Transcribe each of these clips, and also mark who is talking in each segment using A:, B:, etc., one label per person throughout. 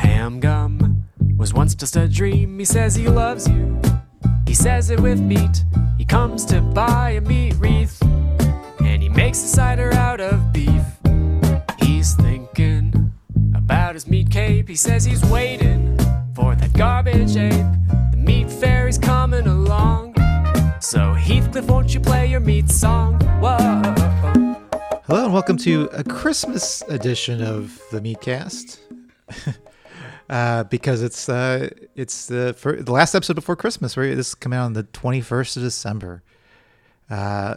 A: Sam Gum was once just a dream. He says he loves you. He says it with meat. He comes to buy a meat wreath. And he makes a cider out of beef. He's thinking about his meat cape. He says he's waiting for that garbage ape. The meat fairy's coming along. So Heathcliff, won't you play your meat song? Whoa.
B: Hello and welcome to a Christmas edition of the Meatcast. uh, because it's uh, it's the fir- the last episode before Christmas. Right, this is coming out on the twenty first of December. Uh,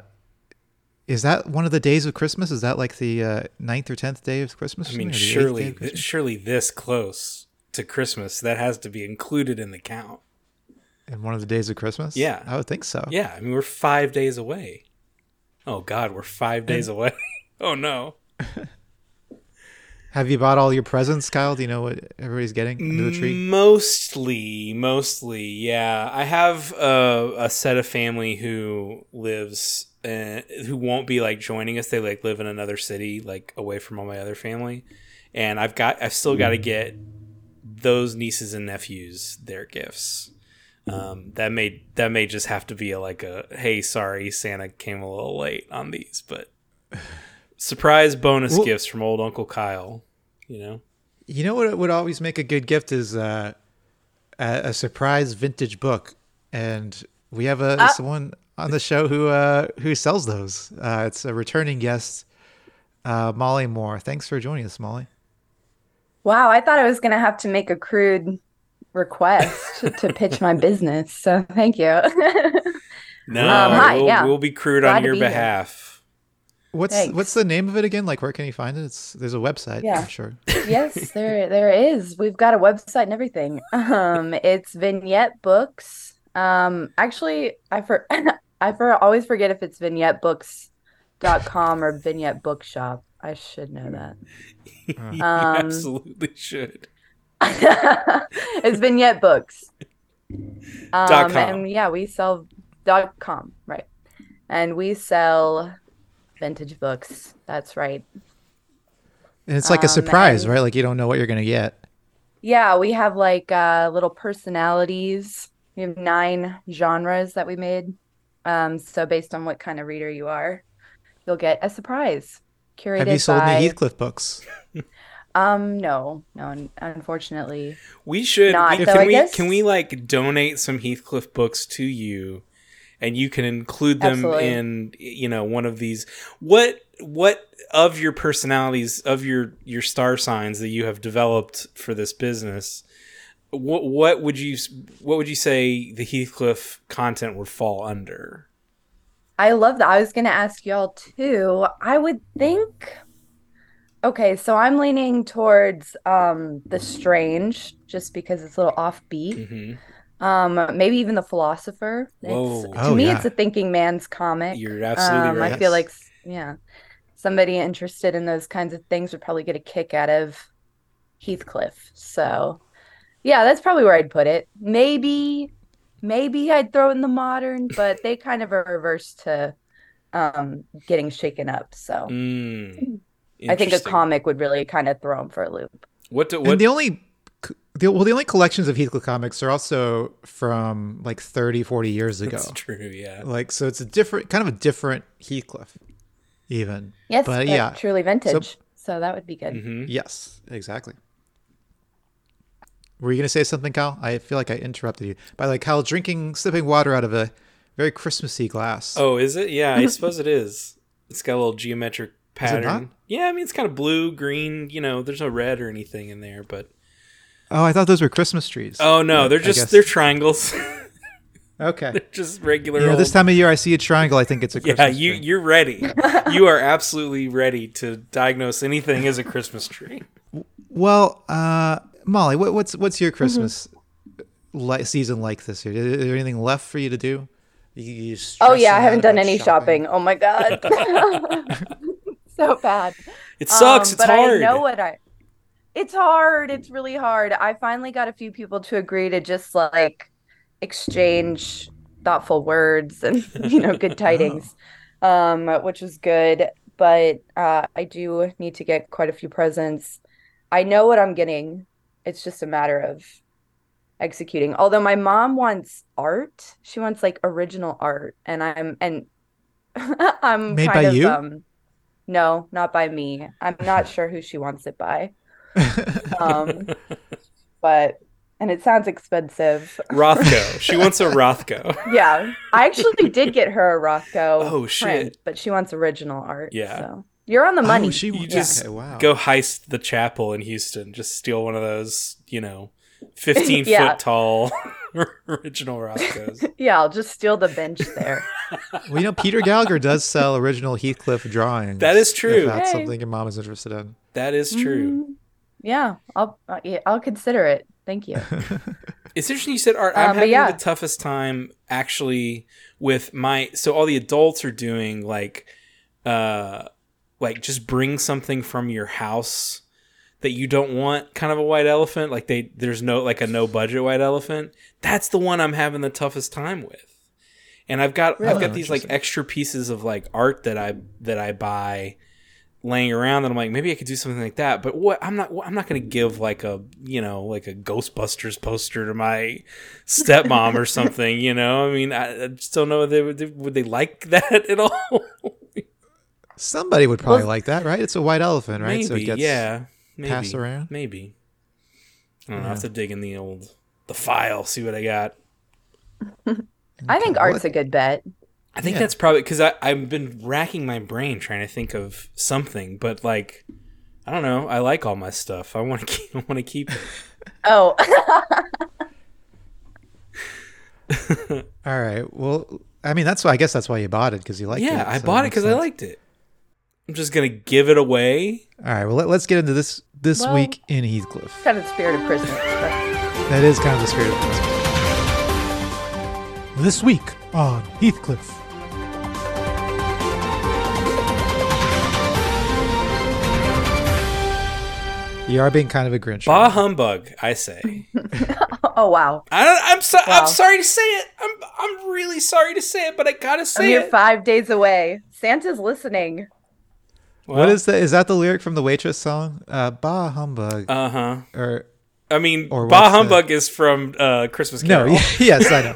B: is that one of the days of Christmas? Is that like the uh, 9th or tenth day of Christmas? or
C: I mean,
B: something, or the eighth day
C: surely,
B: of Christmas?
C: surely this close to Christmas, that has to be included in the count.
B: and one of the days of Christmas.
C: Yeah.
B: I would think so.
C: Yeah, I mean, we're five days away. Oh God, we're five days away. oh no,
B: Have you bought all your presents, Kyle? Do you know what everybody's getting under the tree?
C: mostly, mostly. Yeah, I have a, a set of family who lives uh, who won't be like joining us. They like live in another city, like away from all my other family, and I've got I've still
B: Mm.
C: got to get those nieces and nephews their gifts. Um, that may that may just have to be a, like a hey, sorry, Santa came a little late on these, but surprise bonus
B: Well-
C: gifts from old Uncle Kyle. You know,
B: You know what would always make a good gift is uh, a, a surprise vintage book, and we have
D: Uh,
B: a someone on the show who uh, who sells those. Uh, it's a returning guest, uh, Molly Moore. Thanks for joining us, Molly.
D: Wow, I thought I was going to have to make a crude request to, to pitch my business. So thank you.
C: no,
D: hi,
C: we'll,
D: Uh, yeah.
C: we'll be crude
D: Glad
C: on
D: to
C: your
D: be here.
C: behalf.
B: What's
D: Thanks.
B: what's the name of it again? Like, where can you find it? It's there's a website.
D: Yeah.
B: I'm sure.
D: yes, there there is. We've got a website and everything. Um, it's Vignette Books. Um, actually, I for I for always forget if it's vignettebooks.com or Vignette Bookshop. I should know that.
C: you
D: Um,
C: absolutely should.
D: it's Vignette Books. Um,
C: Dot com.
D: And yeah, we sell dot com, right? And we sell vintage books. That's right.
B: And it's like a
D: Um,
B: surprise,
D: and-
B: right? Like you don't know what you're gonna get.
D: Yeah, we have like uh, little personalities. We have nine genres that we made. Um, so based on what kind of reader you are, you'll get a surprise curated
B: Have you sold
D: by.
B: any Heathcliff books?
D: um, no, no, un- unfortunately.
C: We should.
D: Not,
C: we-
D: though,
C: can
D: I
C: we
D: guess.
C: can we like donate some Heathcliff books to you, and you can include them
D: Absolutely.
C: in you know one of these. What what of your personalities of your your star signs that you have developed for this business? What what would you s- what would you say the Heathcliff content would fall under?
D: I love that. I was going to ask y'all too. I would think, okay, so I'm leaning towards um the strange just because it's a little offbeat.
C: hmm
D: Um, maybe even the philosopher. It's,
C: Whoa.
D: to
B: Oh,
D: me,
B: yeah.
D: it's a thinking man's comic.
C: You're absolutely
D: um,
C: right.
D: I feel like s- yeah, somebody interested in those kinds of things would probably get a kick out of Heathcliff. So, yeah, that's probably where I'd put it. Maybe, maybe I'd throw in the modern, but they kind of are reverse to um, getting shaken up. So
C: Mm.
D: I think a
C: Interesting.
D: comic would really kind of throw them for a loop.
C: What do,
B: And
C: what
B: the only the, well, the only collections of Heathcliff comics are also from like 30, 40 years ago.
C: That's true. Yeah.
B: Like so it's a different kind of a different Heathcliff even.
D: Yes,
B: But
D: but
B: yeah.
D: truly vintage. So, that would be good.
C: hmm
B: Yes, exactly. Were you going to say something, Kyle? I feel like I interrupted you. By like Kyle drinking sipping water out of a very Christmassy glass.
C: Oh, is it? Yeah, I suppose it is. It's got a little geometric pattern.
B: not?
C: Yeah, I mean it's kind of blue, green. You know, there's no red or anything in there, but
B: Oh, I thought those were Christmas trees.
C: oh no, they're
B: I
C: just
B: guess-
C: they're triangles,
B: Okay.
C: just regular.
B: You know,
C: old...
B: this time of year I see a triangle, I think it's a Christmas
C: yeah, you
B: tree.
C: you're ready. you are absolutely ready to diagnose anything as a Christmas tree.
B: Well, uh, Molly, what, what's what's your Christmas uh, li- season like this year? Is there anything left for you to do? You- you
D: Oh yeah, I
B: stressing
D: haven't
B: out
D: done
B: about
D: any shopping. Oh my god, so bad.
C: It sucks.
D: Um,
C: it's
D: but
C: hard.
D: I know what I. It's hard. It's really hard. I finally got a few people to agree to just like exchange thoughtful words and you know good tidings, um, which was good. But uh, I do need to get quite a few presents. I know what I'm getting, It's just a matter of executing. Although my mom wants art, she wants like original art, and I'm and I'm
B: Made
D: kind
B: by
D: of
B: you?
D: um, no, not by me. I'm not sure who she wants it by. Um, but and it sounds expensive.
C: Rothko. She wants a Rothko.
D: Yeah, I actually did get her a Rocco.
C: Oh, shit.
D: print, but she wants original art.
C: Yeah.
D: so you're on the money.
B: Oh, she
C: You
B: okay,
C: just
B: wow.
C: Go heist the chapel in Houston. Just steal one of those, you know, 15
D: Yeah.
C: foot tall original Rothkos.
D: yeah, I'll just steal the bench there.
B: Well, you know, Peter Gallagher does sell original Heathcliff drawings.
C: That is
B: if
C: true.
B: that's
D: Hey.
B: something your mom is interested in.
C: That is true.
D: Mm, yeah, I'll uh, yeah, I'll consider it. Thank you.
C: It's interesting you said art.
D: Um,
C: I'm
D: but
C: having
D: yeah.
C: the toughest time actually with my so all the adults are doing like uh like just bring something from your house that you don't want kind of a white elephant like they there's no like a no budget white elephant that's the one i'm having the toughest time with and i've got i've
B: Really?
C: got these like
B: Interesting.
C: extra pieces of like art that i that i buy laying around that i'm like maybe i could do something like that but what i'm not i'm not gonna give like a you know like a ghostbusters poster to my stepmom or something you know i mean i, I just don't know if they would would they like that at all
B: Somebody would probably
D: Well-
B: like that, right? It's a white elephant, right?
C: maybe
B: so it gets
C: yeah maybe.
B: passed around.
C: Maybe. I don't know. I have to dig in the old the file, see what I got.
D: I think
B: Okay,
D: art's
B: what-
D: a good bet.
C: I think
B: Yeah.
C: that's probably because I've been racking my brain trying to think of something, but like, I don't know. I like all my stuff. I want to keep. I want to keep. it.
D: Oh,
B: All right. Well, I mean, that's why I guess that's why you bought it because you liked it.
C: yeah, I
B: so
C: bought it
B: makes
C: because I
B: sense.
C: liked it. I'm just gonna give it away.
B: All right. Well, let, us get into this this
D: Well-
B: week in Heathcliff.
D: kind of the spirit of Christmas. But
B: That is kind of the spirit of this. This week on Heathcliff. You are being kind of a Grinch.
C: Bah humbug! I say.
D: oh wow,
C: I don't, I'm so,
D: Wow.
C: I'm sorry to say it. I'm I'm really sorry to say it, but I gotta
D: I'm
C: say
D: here
C: it.
D: five days away. Santa's listening.
B: What is that? Is that the lyric from the waitress song? Uh, bah humbug.
C: Uh huh.
B: or
C: I mean,
B: Or
C: Bah
B: what's the-
C: Humbug is from uh, Christmas
B: no?
C: Carol.
B: yes, I know.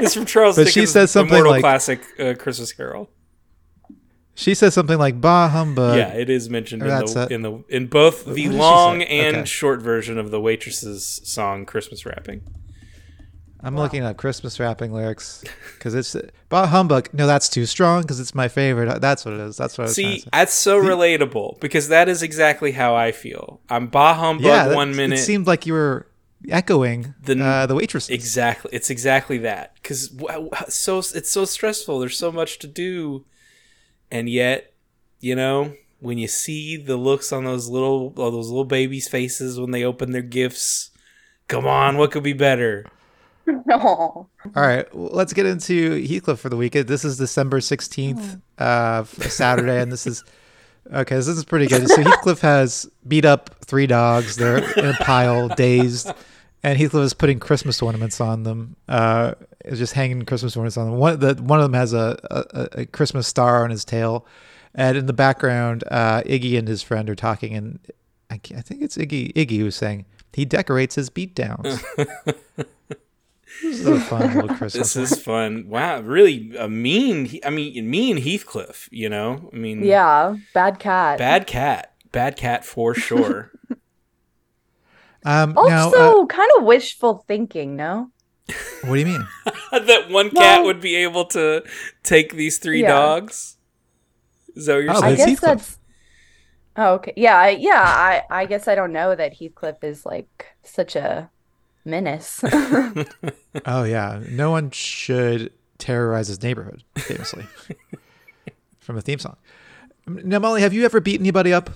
C: it's from Charles
B: But she
C: Dickens'
B: says something
C: immortal
B: like-
C: classic uh, Christmas Carol.
B: She says something like "bah humbug."
C: yeah, it is mentioned in
B: Uh, that's
C: the,
B: a-
C: in the in both the
B: did she
C: long
B: say?
C: and
B: Okay.
C: short version of the waitress's song Christmas wrapping.
B: I'm looking up Christmas rapping lyrics because it's bah humbug. No, that's too strong because it's my favorite. That's what it is. That's what I was trying
C: See,
B: to say.
C: that's so relatable because that is exactly how I feel. I'm bah humbug
B: yeah, that-
C: one minute.
B: It seemed like you were echoing
C: The-
B: the uh, the waitress.
C: exactly, it's exactly that because so it's so stressful. There's so much to do, and yet, you know, when you see the looks on those little all those little babies' faces when they open their gifts, come on, what could be better?
D: No,
B: All right, well, let's get into Heathcliff for the week. This is December sixteenth, uh, f- Saturday, and this is okay. This is pretty good. So Heathcliff has beat up three dogs. They're in a pile, dazed, and Heathcliff is putting Christmas ornaments on them. Uh, is just hanging Christmas ornaments on them. One, the one of them has a, a, a Christmas star on his tail, and in the background, uh, Iggy and his friend are talking, and I, ca- I think it's Iggy. Iggy who's saying he decorates his beatdowns. This is a fun little Christmas.
C: This is fun. Wow, really a mean. He- I mean, mean Heathcliff. You know, I mean,
D: yeah, bad cat.
C: bad cat, bad cat for sure.
B: Um, now,
D: also,
B: uh,
D: kind of wishful thinking. No,
B: what do you mean?
C: that one cat
D: Well-
C: would be able to take these three
D: Yeah.
C: dogs. Is that what you're
B: Oh,
D: I
C: saying?
B: that's
D: guess
B: Heathcliff.
D: that's. Oh, okay. Yeah, I, yeah. I, I guess I don't know that Heathcliff is like such a menace.
B: Oh yeah, no one should terrorize his neighborhood. Famously, from a theme song. Now, Molly, have you ever beat anybody up?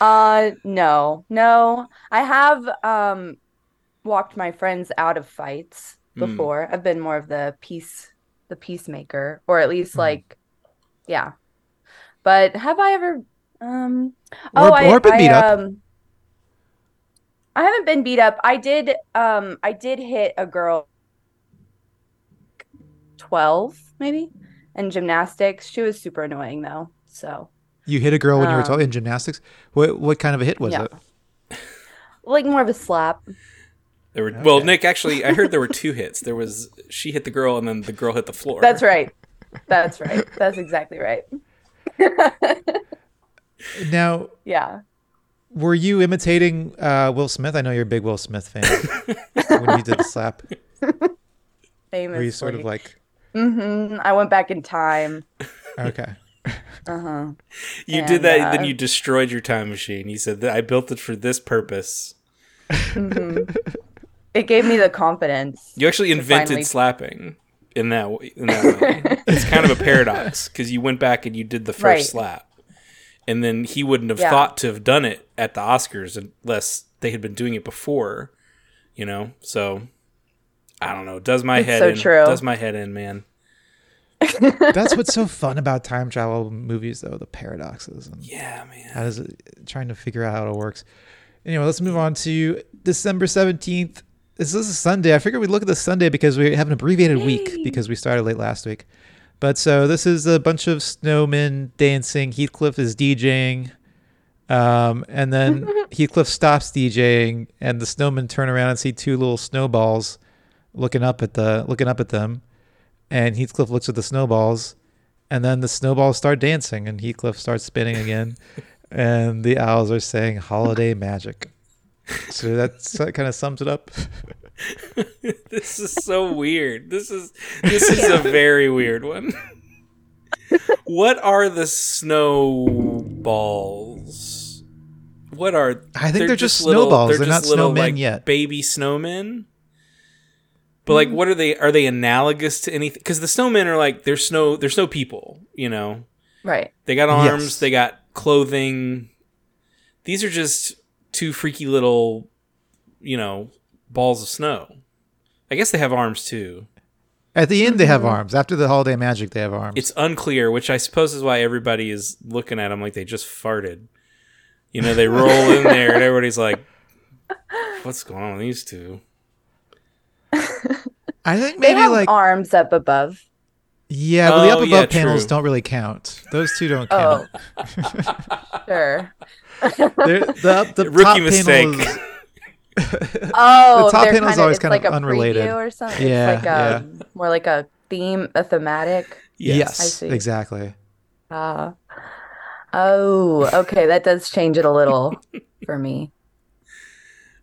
D: Uh, no, no. I have um walked my friends out of fights
B: Hmm.
C: Mm.
D: before. I've been more of the peace, the peacemaker, or at least
B: Mhm.
D: like, yeah. But have I ever um
B: Or-
D: oh I,
B: or been
D: I,
B: beat up.
D: um I haven't been beat up. I did um I did hit a girl 12 maybe in gymnastics. She was super annoying though. So
B: You hit a girl when you were
D: Um,
B: tall in gymnastics. What what kind of a hit was
D: yeah.
B: it?
D: Like more of a slap.
C: There were well,
B: Okay.
C: Nick. Actually, I heard there were two hits. There was she hit the girl, and then the girl hit the floor.
D: That's right. That's right. That's exactly right.
B: Now,
D: Yeah.
B: were you imitating uh, Will Smith? I know you're a big Will Smith fan. when you did the slap,
D: Famous.
B: were you sort of like
D: hmm I went back in time.
B: okay?
D: Uh huh.
C: You
D: And,
C: did that,
D: uh,
C: then you destroyed your time machine. You said that I built it for this purpose.
D: It gave me the confidence.
C: You actually invented
D: finally-
C: slapping in that way. In that way. it's kind of a paradox because you went back and you did the first
D: Right.
C: slap, and then he wouldn't have
D: Yeah.
C: thought to have done it at the Oscars unless they had been doing it before. You know, so I don't know. Does my
D: It's
C: head
D: so
C: in?
D: true.
C: Does my head in, man?
B: That's what's so fun about time travel movies, though the paradoxes and
C: Yeah, man.
B: how does it, trying to figure out how it all works. Anyway, let's move on to December seventeenth. This is a Sunday. I figured we'd look at the Sunday because we have an abbreviated week because we started late last week. But so this is a bunch of snowmen dancing. Heathcliff is DJing. Um, and then Heathcliff stops DJing, and the snowmen turn around and see two little snowballs looking up at the looking up at them. And Heathcliff looks at the snowballs, and then the snowballs start dancing, and Heathcliff starts spinning again, and the owls are saying "Holiday Magic." So that's, that kind of sums it up.
C: This is so weird. This is this is a very weird one. what are the snowballs? What are
B: I think they're just snowballs. They're not snowmen
C: like,
B: yet. Hmm.
C: Baby snowmen. But like what are they are they analogous to anything cuz the snowmen are like they're snow they're snow people, you know.
D: Right.
C: They got arms,
B: Yes.
C: they got clothing. These are just two freaky little, you know, balls of snow. I guess they have arms too.
B: At the end, they have
D: Mm-hmm.
B: arms. After the Holiday Magic, they have arms.
C: It's unclear, which I suppose is why everybody is looking at them like they just farted. You know, they roll in there and everybody's like, what's going on with these two?
B: I think
D: They
B: maybe
D: have
B: like
D: arms up above.
B: yeah, but the
C: Oh,
B: up above
C: yeah,
B: panels
C: true.
B: don't really count. Those two don't
D: Oh.
B: count.
D: Sure.
B: They're, the up- the top
C: Rookie
B: panel
C: mistake.
B: is-
D: Oh,
B: The top
D: they're
B: panel's
D: kinda-
B: always
D: it's
B: kind
D: like
B: of
D: a
B: unrelated.
D: preview or something.
B: Yeah,
D: it's like a, more like a theme, a thematic.
B: yes,
D: I see.
B: exactly.
D: Uh, oh, okay, that does change it a little for me.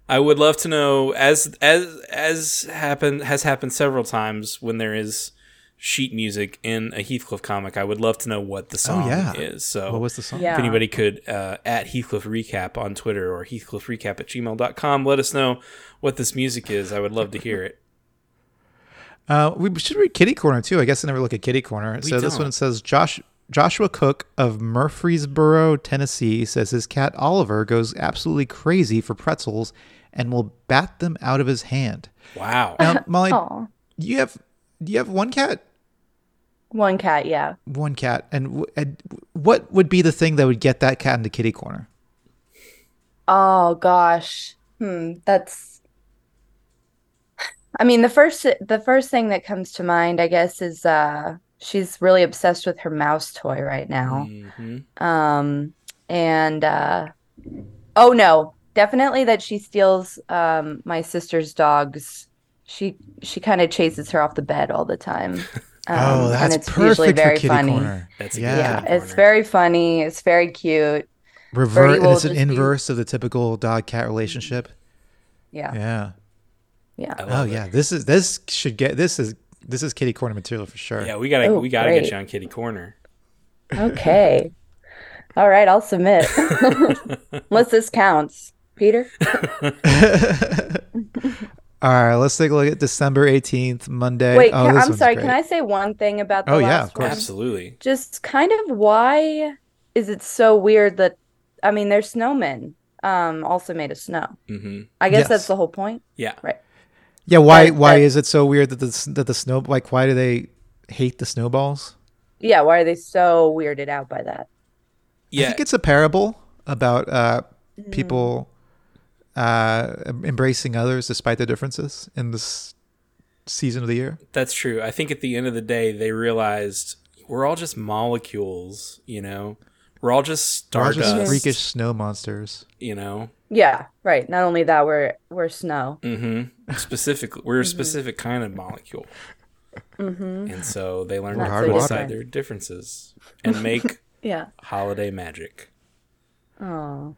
C: I would love to know as as as happened has happened several times when there is sheet music in a Heathcliff comic. I would love to know what the song
B: Oh, yeah.
C: is. So
B: What was the song?
D: Oh. Yeah.
C: if anybody could uh, at Heathcliff Recap on Twitter or Heathcliff Recap at gmail.com, let us know what this music is. I would love to hear it.
B: Uh, we should read Kitty Corner too. I guess I never look at Kitty Corner. so this
C: don't.
B: one says Josh Joshua Cook of Murfreesboro, Tennessee, says his cat Oliver goes absolutely crazy for pretzels and will bat them out of his hand.
C: Wow.
B: Now, Molly,
D: Oh,
B: you have you have one cat,
D: one cat, yeah.
B: one cat, and, w- and what would be the thing that would get that cat into Kitty Corner?
D: Oh gosh. Hmm, that's I mean, the first the first thing that comes to mind, I guess, is uh she's really obsessed with her mouse toy right now.
C: hmm
D: Um and uh oh no, definitely that she steals um my sister's dogs. She she kind of chases her off the bed all the time.
B: Oh,
D: Um, and it's usually very funny.
C: That's a
B: Yeah.
C: good
D: Yeah,
C: Kitty
D: it's
C: Corner.
D: very funny. It's very cute. Birdie
B: Revert. and
D: will
B: It's an
D: just be-
B: inverse of the typical dog cat relationship.
D: Yeah,
B: Yeah.
D: yeah.
C: I
B: Oh
C: love it.
B: yeah, this is this should get this is this is kitty corner material for sure.
C: Yeah, we gotta
D: Oh,
C: we gotta
D: great.
C: get you on Kitty Corner.
D: Okay. All right, I'll submit. Unless this counts. Peter?
B: All right, let's take a look at December eighteenth, Monday.
D: Wait,
B: oh,
D: can,
B: this
D: I'm
B: one's
D: sorry.
B: great.
D: Can I say one thing about the
B: Oh,
D: last
B: yeah, of
D: one?
B: course.
C: Absolutely.
D: Just kind of why is it so weird that, I mean, they're snowmen um, also made of snow.
C: hmm
D: I guess
B: Yes.
D: that's the whole point.
C: Yeah.
B: Yeah, why
D: That-
B: why
D: that-
B: is it so weird that the s- that the snow like why do they hate the snowballs?
D: Yeah, why are they so weirded out by that?
B: I
C: Yeah.
B: think it's a parable about uh,
D: Mm.
B: people uh, em- embracing others despite their differences in this season of the year.
C: That's true. I think at the end of the day, they realized we're all just molecules, you know? We're all just
B: We're
C: stardust,
B: just freakish snow monsters.
C: you know.
D: Yeah, right. Not only that, we're we're snow.
C: Mm-hmm. Specifically, we're a specific kind of molecule,
D: hmm
C: and so they learn
D: We're
C: how
B: hard
C: to
B: water.
C: decide their differences and make
D: Yeah.
C: holiday magic.
D: Oh.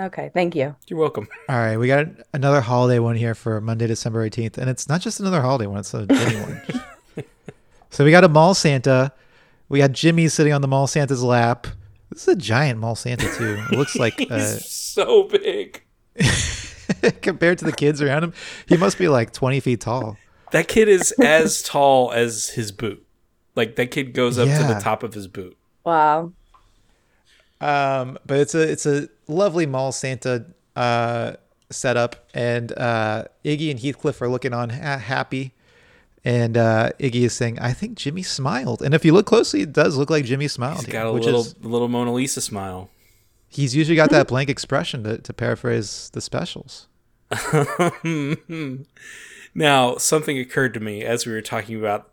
D: Okay. Thank you.
C: You're welcome.
B: All right, we got another holiday one here for Monday, December 18th, and it's not just another holiday one, it's a Jimmy one. So we got a mall Santa. We got Jimmy sitting on the mall Santa's lap. This is a giant mall Santa too. It looks like uh,
C: He's so big.
B: compared to the kids around him, he must be like 20 feet tall.
C: That kid is as tall as his boot. Like that kid goes up to
B: Yeah.
C: the top of his boot.
D: Wow.
B: Um, but it's a it's a lovely mall Santa uh, setup, and uh, Iggy and Heathcliff are looking on ha- happy, and uh, Iggy is saying, "I think Jimmy smiled." And if you look closely, it does look like Jimmy smiled,
C: He's
B: here,
C: got a
B: which
C: little
B: is
C: little Mona Lisa smile.
B: he's usually got that blank expression to, to paraphrase the specials.
C: now, something occurred to me as we were talking about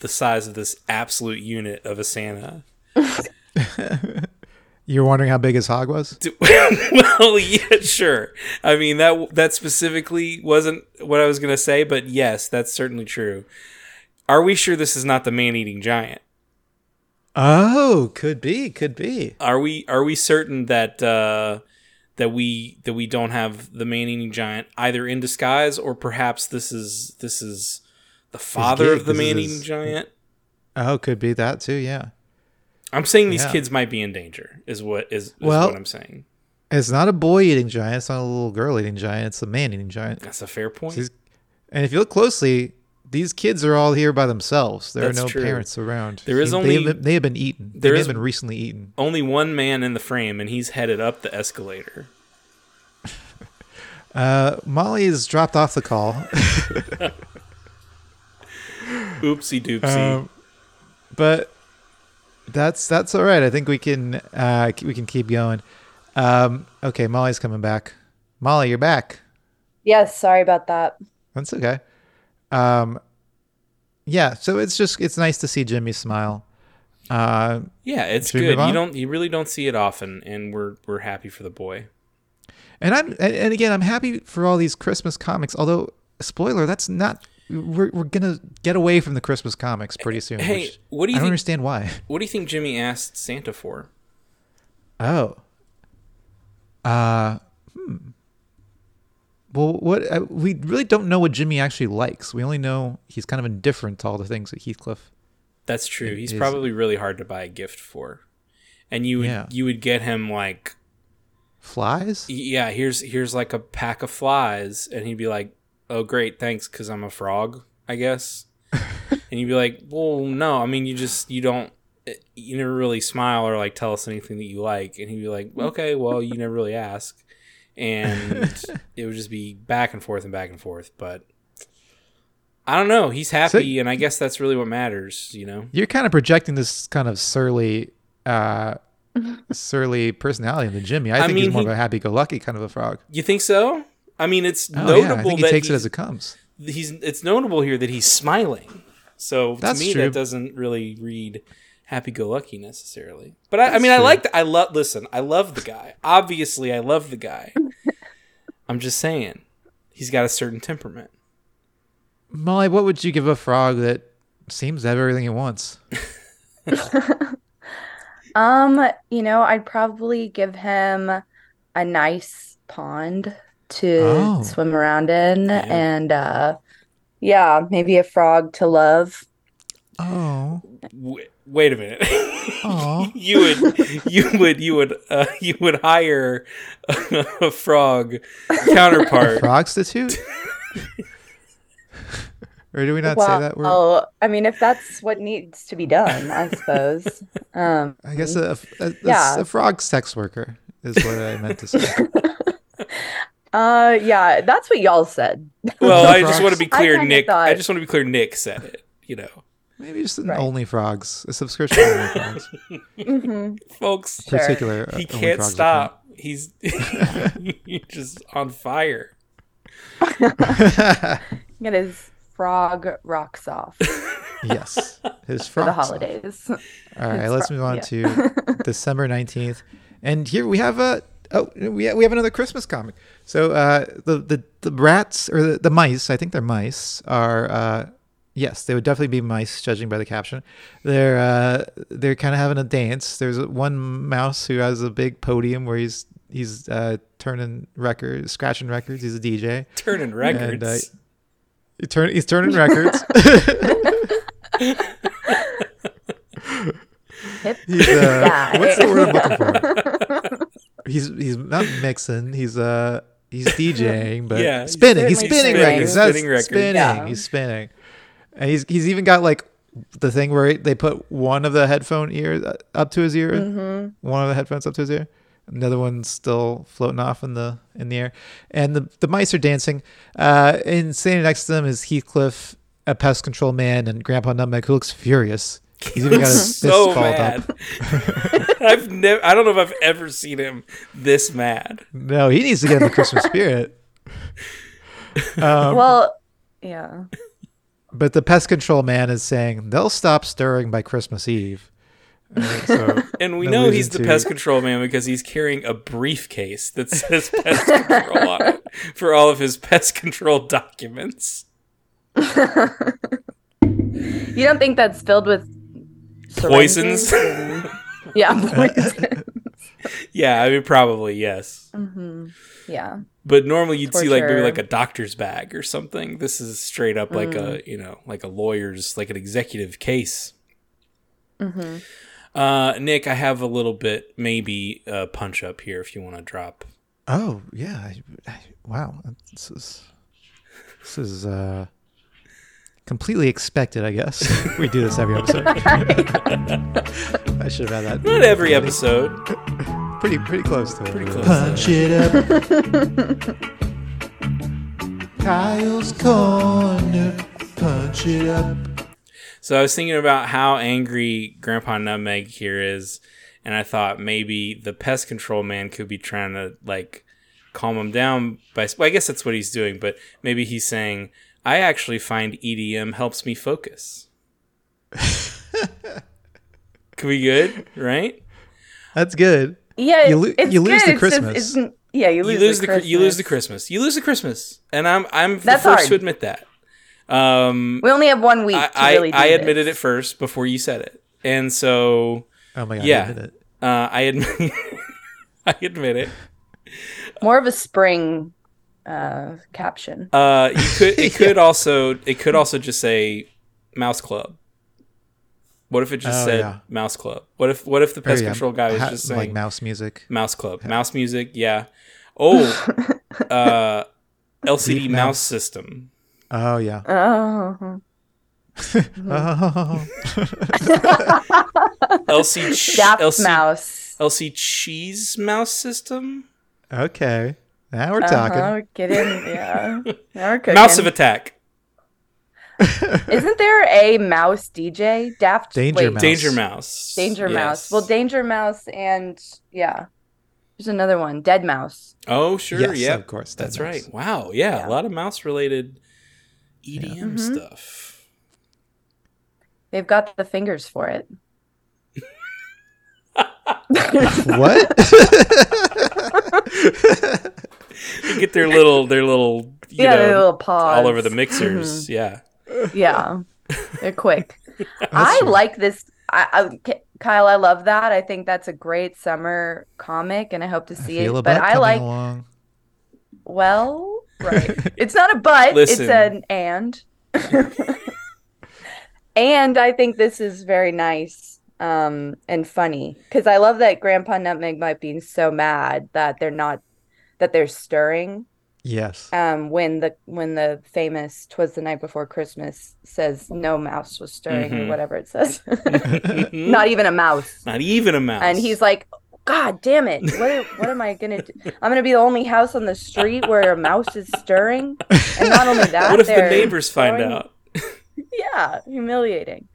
C: the size of this absolute unit of a Santa.
B: You're wondering how big his hog was?
C: Do- well, yeah, sure. I mean that that specifically wasn't what I was going to say, but yes, that's certainly true. Are we sure this is not the man-eating giant?
B: Oh, could be, could be.
C: Are we are we certain that uh, that we that we don't have the man-eating giant either in disguise or perhaps this is this is the father
B: gig,
C: of the
B: this is
C: man-eating
B: his-
C: giant?
B: Oh, could be that too. Yeah,
C: I'm saying these
B: Yeah.
C: kids might be in danger. Is what is, is
B: Well-
C: what I'm saying.
B: it's not a boy eating giant. It's not a little girl eating giant. It's a man eating giant.
C: That's a fair point.
B: She's- And if you look closely, these kids are all here by themselves. There
C: That's
B: are no
C: true.
B: parents around.
C: There is
B: they
C: only-
B: have been- they have been eaten.
C: there
B: They may
C: is-
B: have been recently eaten.
C: Only one man in the frame, and he's headed up the escalator.
B: Uh, Molly is dropped off the call.
C: Oopsie doopsie.
B: Um, but that's that's all right. I think we can uh, we can keep going. Um, okay, Molly's coming back. Molly, you're back.
D: Yes. Sorry about that.
B: That's okay. Um, yeah. So it's just it's nice to see Jimmy smile. Uh,
C: yeah, it's
B: should we
C: good.
B: move
C: You
B: on?
C: don't, you really don't see it often, and we're we're happy for the boy.
B: And I'm and- and again, I'm happy for all these Christmas comics. Although, spoiler, that's not we're, we're gonna get away from the Christmas comics pretty soon.
C: Hey,
B: which
C: what do you
B: I don't
C: think-
B: understand why.
C: What do you think Jimmy asked Santa for?
B: Oh. Uh, hmm. Well, what uh, we really don't know what Jimmy actually likes. We only know he's kind of indifferent to all the things that Heathcliff.
C: That's true. He's
B: is-
C: probably really hard to buy a gift for, and you would
B: Yeah.
C: you would get him like,
B: Flies?
C: yeah, here's here's like a pack of flies, and he'd be like, oh great, thanks, because I'm a frog, I guess. and you'd be like, well, no, I mean, you just you don't eh, you never really smile or like tell us anything that you like, and he'd be like, okay, well, you never really ask, and it would just be back and forth and back and forth, but. I don't know. He's happy, and I guess that's really what matters, you know.
B: You're kind of projecting this kind of surly, uh, surly personality into Jimmy. I,
C: I
B: think he's
C: mean,
B: more
C: he-
B: of a happy-go-lucky kind of a frog.
C: You think so? I mean, it's
B: Oh,
C: notable
B: yeah, I think he
C: that
B: takes
C: he-
B: it as it comes.
C: he's. It's notable here that he's smiling. So
B: That's
C: to me,
B: true.
C: that doesn't really read happy-go-lucky necessarily. But I, I
B: That's
C: mean, I
B: true.
C: like. The, I love. Listen, I love the guy. Obviously, I love the guy. I'm just saying, he's got a certain temperament.
B: Molly, what would you give a frog that seems to have everything it wants?
D: Um, you know, I'd probably give him a nice pond to
B: Oh.
D: swim around in
C: Yeah.
D: and uh yeah, maybe a frog to love.
B: Oh,
C: W- wait a minute.
B: Aw.
C: you would, you would, you would, uh, you would hire a frog counterpart
B: frogstitute? or do we not say that word?
D: Well, oh. I mean, if that's what needs to be done, I suppose. Um,
B: I guess a, a, a,
D: Yeah.
B: a frog sex worker is what I meant to say.
D: uh, yeah, that's what y'all said.
C: Well,
B: No
C: I just
B: frogs.
C: want to be
D: I
C: clear,
D: kinda
C: Nick. I
D: thought-
C: just want to be clear, Nick said it. You know,
B: Maybe just an
D: Right.
B: only frogs, a subscription to only frogs.
D: Mhm.
C: folks,
D: Sure.
B: Particular. uh, Only
C: he can't
B: Frogs account.
C: stop. He's he's just on fire.
D: Get his frog rocks off.
B: yes, his
D: for
B: frog song.
D: the holidays.
B: All right,
D: His
B: let's
D: frog-
B: move on
D: yeah.
B: to December nineteenth, and here we have a oh we we have another Christmas comic. So uh, the the the rats or the, the mice, I think they're mice, are uh, yes, they would definitely be mice, judging by the caption. They're uh, they're kind of having a dance. There's one mouse who has a big podium where he's he's uh, turning records, scratching records. He's a DJ.
C: Turning records.
B: And, uh, he turn, he's turning records.
D: Hip
B: He's uh,
D: guy.
B: what's the word I'm looking for? He's he's not mixing. He's uh he's DJing, but
C: Yeah, he's
B: spinning. He's
D: certainly
B: spinning,
D: spinning.
B: records.
D: He's
B: That's
C: spinning records.
B: spinning.
D: Yeah.
B: He's spinning, and he's he's even got like the thing where they put one of the headphone ear uh, up to his ear, one of the headphones up to his ear, another one's still floating off in the in the air, and the the mice are dancing. Uh, and standing next to them is Heathcliff, a pest control man, and Grandpa Nutmeg, who looks furious. He's even got his
C: so
B: fist balled up.
C: mad. I've never. I don't know if I've ever seen him this mad.
B: No, he needs to get in the Christmas spirit.
D: well, yeah.
B: But the pest control man is saying they'll stop stirring by Christmas Eve. Uh, so
C: And we
B: No
C: know he's
B: reason
C: the
B: to.
C: pest control man because he's carrying a briefcase that says pest control on it for all of his pest control documents.
D: You don't think that's filled with
C: Poisons?
D: syringes and- yeah, poison.
C: Yeah, I mean probably yes.
D: Mhm. Yeah.
C: But normally you'd see like maybe
D: Torture.
C: like a doctor's bag or something. This is straight up like a you know like a lawyer's like an executive case.
D: Mhm.
C: Uh, Nick, I have a little bit maybe uh, punch up here if you want to drop.
B: oh yeah, I, I, wow, this is this is uh, completely expected. I guess we do this every episode. I should have had that.
C: Not every episode.
B: Pretty pretty close to pretty
C: close.
B: Punch it up. Kyle's corner. Punch it up.
C: So I was thinking about how angry Grandpa Nutmeg here is, and I thought maybe the pest control man could be trying to like calm him down by. Well, I guess that's what he's doing, but maybe he's saying, "I actually find EDM helps me focus." could be good, right?
B: That's good.
D: Yeah.
B: You lo-
D: it's
B: you lose
D: good,
B: the
D: it's just-
B: Christmas.
D: it's- yeah, you lose,
C: You lose the,
D: the,
C: Chri-
D: Christmas.
C: you lose the Christmas. You lose the Christmas, and I'm I'm
D: That's
C: the first
D: hard.
C: to admit that. Um,
D: We only have one week
C: I
D: to
C: I,
D: really do
C: I
D: this.
C: admitted it first before you said it, and so
B: Oh my god! I
C: Yeah.
B: did it.
C: Uh, I admit, I admit it.
D: More of a spring uh, caption.
C: Uh, you could it could also it could also just say Mouse Club. What if it just
B: Oh,
C: said
B: yeah.
C: Mouse Club? What if what if the pest
B: Very, um,
C: control guy was
B: ha-
C: just
B: like
C: saying
B: mouse music.
C: Mouse Club, Mouse Music? Yeah. Oh, uh, LCD
B: Deep
C: mouse.
B: mouse.
C: system.
B: Oh yeah.
D: Oh. Uh-huh.
B: Oh.
C: LC ch-
D: Daft
C: LC
D: Mouse.
C: LC cheese mouse system.
B: okay. Now we're talking.
D: Uh-huh, get in, yeah. Now we're
C: Mouse of
D: cooking.
C: attack.
D: Isn't there a mouse DJ? Daft
B: Danger
D: wait,
B: Mouse.
C: Danger mouse.
D: Danger Mouse.
C: Yes.
D: Well, Danger Mouse and yeah, there's another one, Dead Mouse.
C: Oh, sure.
B: Yes,
C: yeah,
B: of course, that
C: That's
B: makes-
C: right. Wow. Yeah,
D: Yeah.
C: a lot of mouse related EDM
D: Mhm.
C: stuff.
D: They've got the fingers for it.
B: What?
C: They get their little, their little, you
D: yeah,
C: know,
D: their little paws
C: all over the mixers. Yeah.
D: Mhm. Yeah, they're quick. I
B: true.
D: like this. I, I, K- Kyle, I love that. I think that's a great summer comic, and I hope to see it.
B: Feel a
D: But
B: butt
D: I
B: coming
D: like
B: along.
D: well, right? it's not a but.
C: Listen.
D: It's an and. and I think this is very nice um, and funny because I love that Grandpa Nutmeg might be so mad that they're not that they're stirring
B: Yes.
D: um, when the when the famous "Twas the Night Before Christmas" says no mouse was stirring
C: Mhm.
D: or whatever it says,
C: Not,
D: not even a mouse.
C: even a mouse.
D: And he's like, God damn it! What what am I gonna? Do? I'm gonna be the only house on the street where a mouse is stirring, and not only that,
C: what if the
D: they're
C: neighbors find
D: throwing-
C: out?
D: Yeah, humiliating.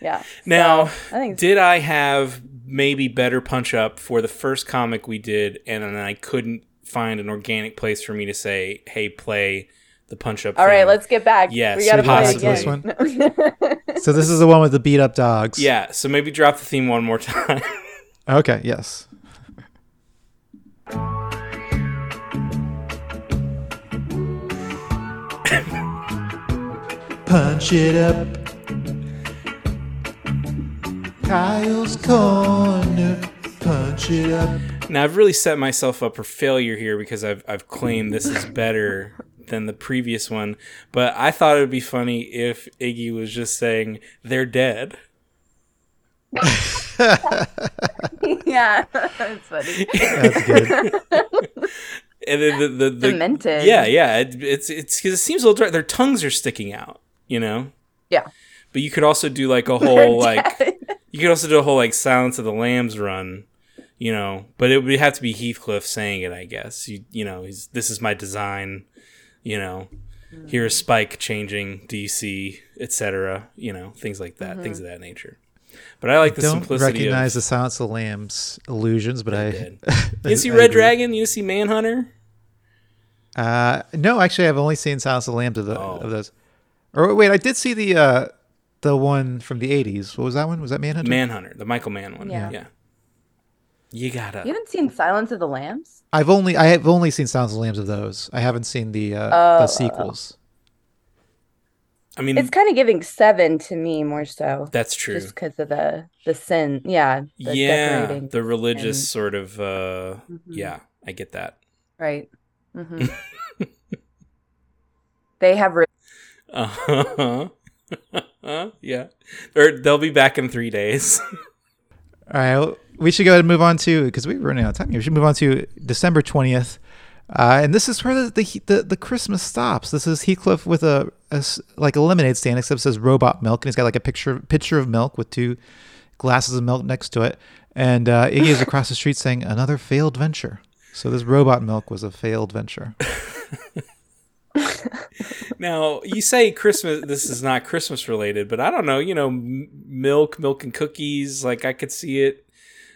D: Yeah.
C: Now,
D: I think
C: did I have maybe better punch up for the first comic we did, and then I couldn't find an organic place for me to say, "Hey, play." the punch up.
D: All right,
C: thing.
D: let's get back.
C: Yes,
D: we gotta play
B: possibly. This
D: again. No.
B: So this is the one with the beat up dogs.
C: Yeah, so maybe drop the theme one more time.
B: Okay. Yes. Punch it up. Kyle's corner. Punch it up.
C: now I've really set myself up for failure here because I've I've claimed this is better than the previous one, but I thought it would be funny if Iggy was just saying they're dead.
D: yeah, that's funny.
B: That's good.
C: And then the the, the
D: Demented.
C: Yeah, yeah. It, it's it's because it seems a little dry. Their tongues are sticking out, you know.
D: Yeah.
C: But you could also do like a whole Oh, like you could also do a whole like Silence of the Lambs run, you know. But it would have to be Heathcliff saying it, I guess. You you know, he's this is my design, you know.
D: Mm.
C: Here is Spike changing DC, etc. You know, things like that, things
D: Mm-hmm.
C: of that nature. But I like the
B: Don't
C: simplicity
B: recognize
C: of.
B: the Silence of the Lambs illusions, but I.
C: Dead. You didn't see
B: I
C: Red
B: agree.
C: Dragon? You didn't see Manhunter?
B: Uh, no, actually, I've only seen Silence of the Lambs of, the,
C: Oh.
B: of those. Or wait, I did see the uh, the one from the '80s. What was that one? Was that Manhunter?
C: Manhunter, the Michael Mann one.
D: Yeah.
C: Yeah. You gotta.
D: You haven't seen Silence of the Lambs?
B: I've only I have only seen Silence of the Lambs of those. I haven't seen the uh,
D: oh, oh.
B: the sequels.
C: I mean,
D: It's kind of giving seven to me more so,
C: Mm. that's true.
D: just because of the the sin. Yeah, the
C: yeah.
D: decorating,
C: The religious
D: and-
C: sort of. Uh,
D: Mhm.
C: Yeah, I get that.
D: right. hmm they have re-
C: Uh-huh. yeah. Or they'll be back in three days.
B: All right, well, we should go ahead and move on to because we're running out of time here. We should move on to December twentieth, uh, and this is where the, the the the Christmas stops. This is Heathcliff with a, a s- like a lemonade stand, except it says robot milk, and he's got like a picture pitcher of milk with two glasses of milk next to it, and uh, Iggy is across the street saying another failed venture. So this robot milk was a failed venture.
C: now, you say Christmas, this is not Christmas related, but I don't know, you know, m- milk, milk and cookies, like I could see it.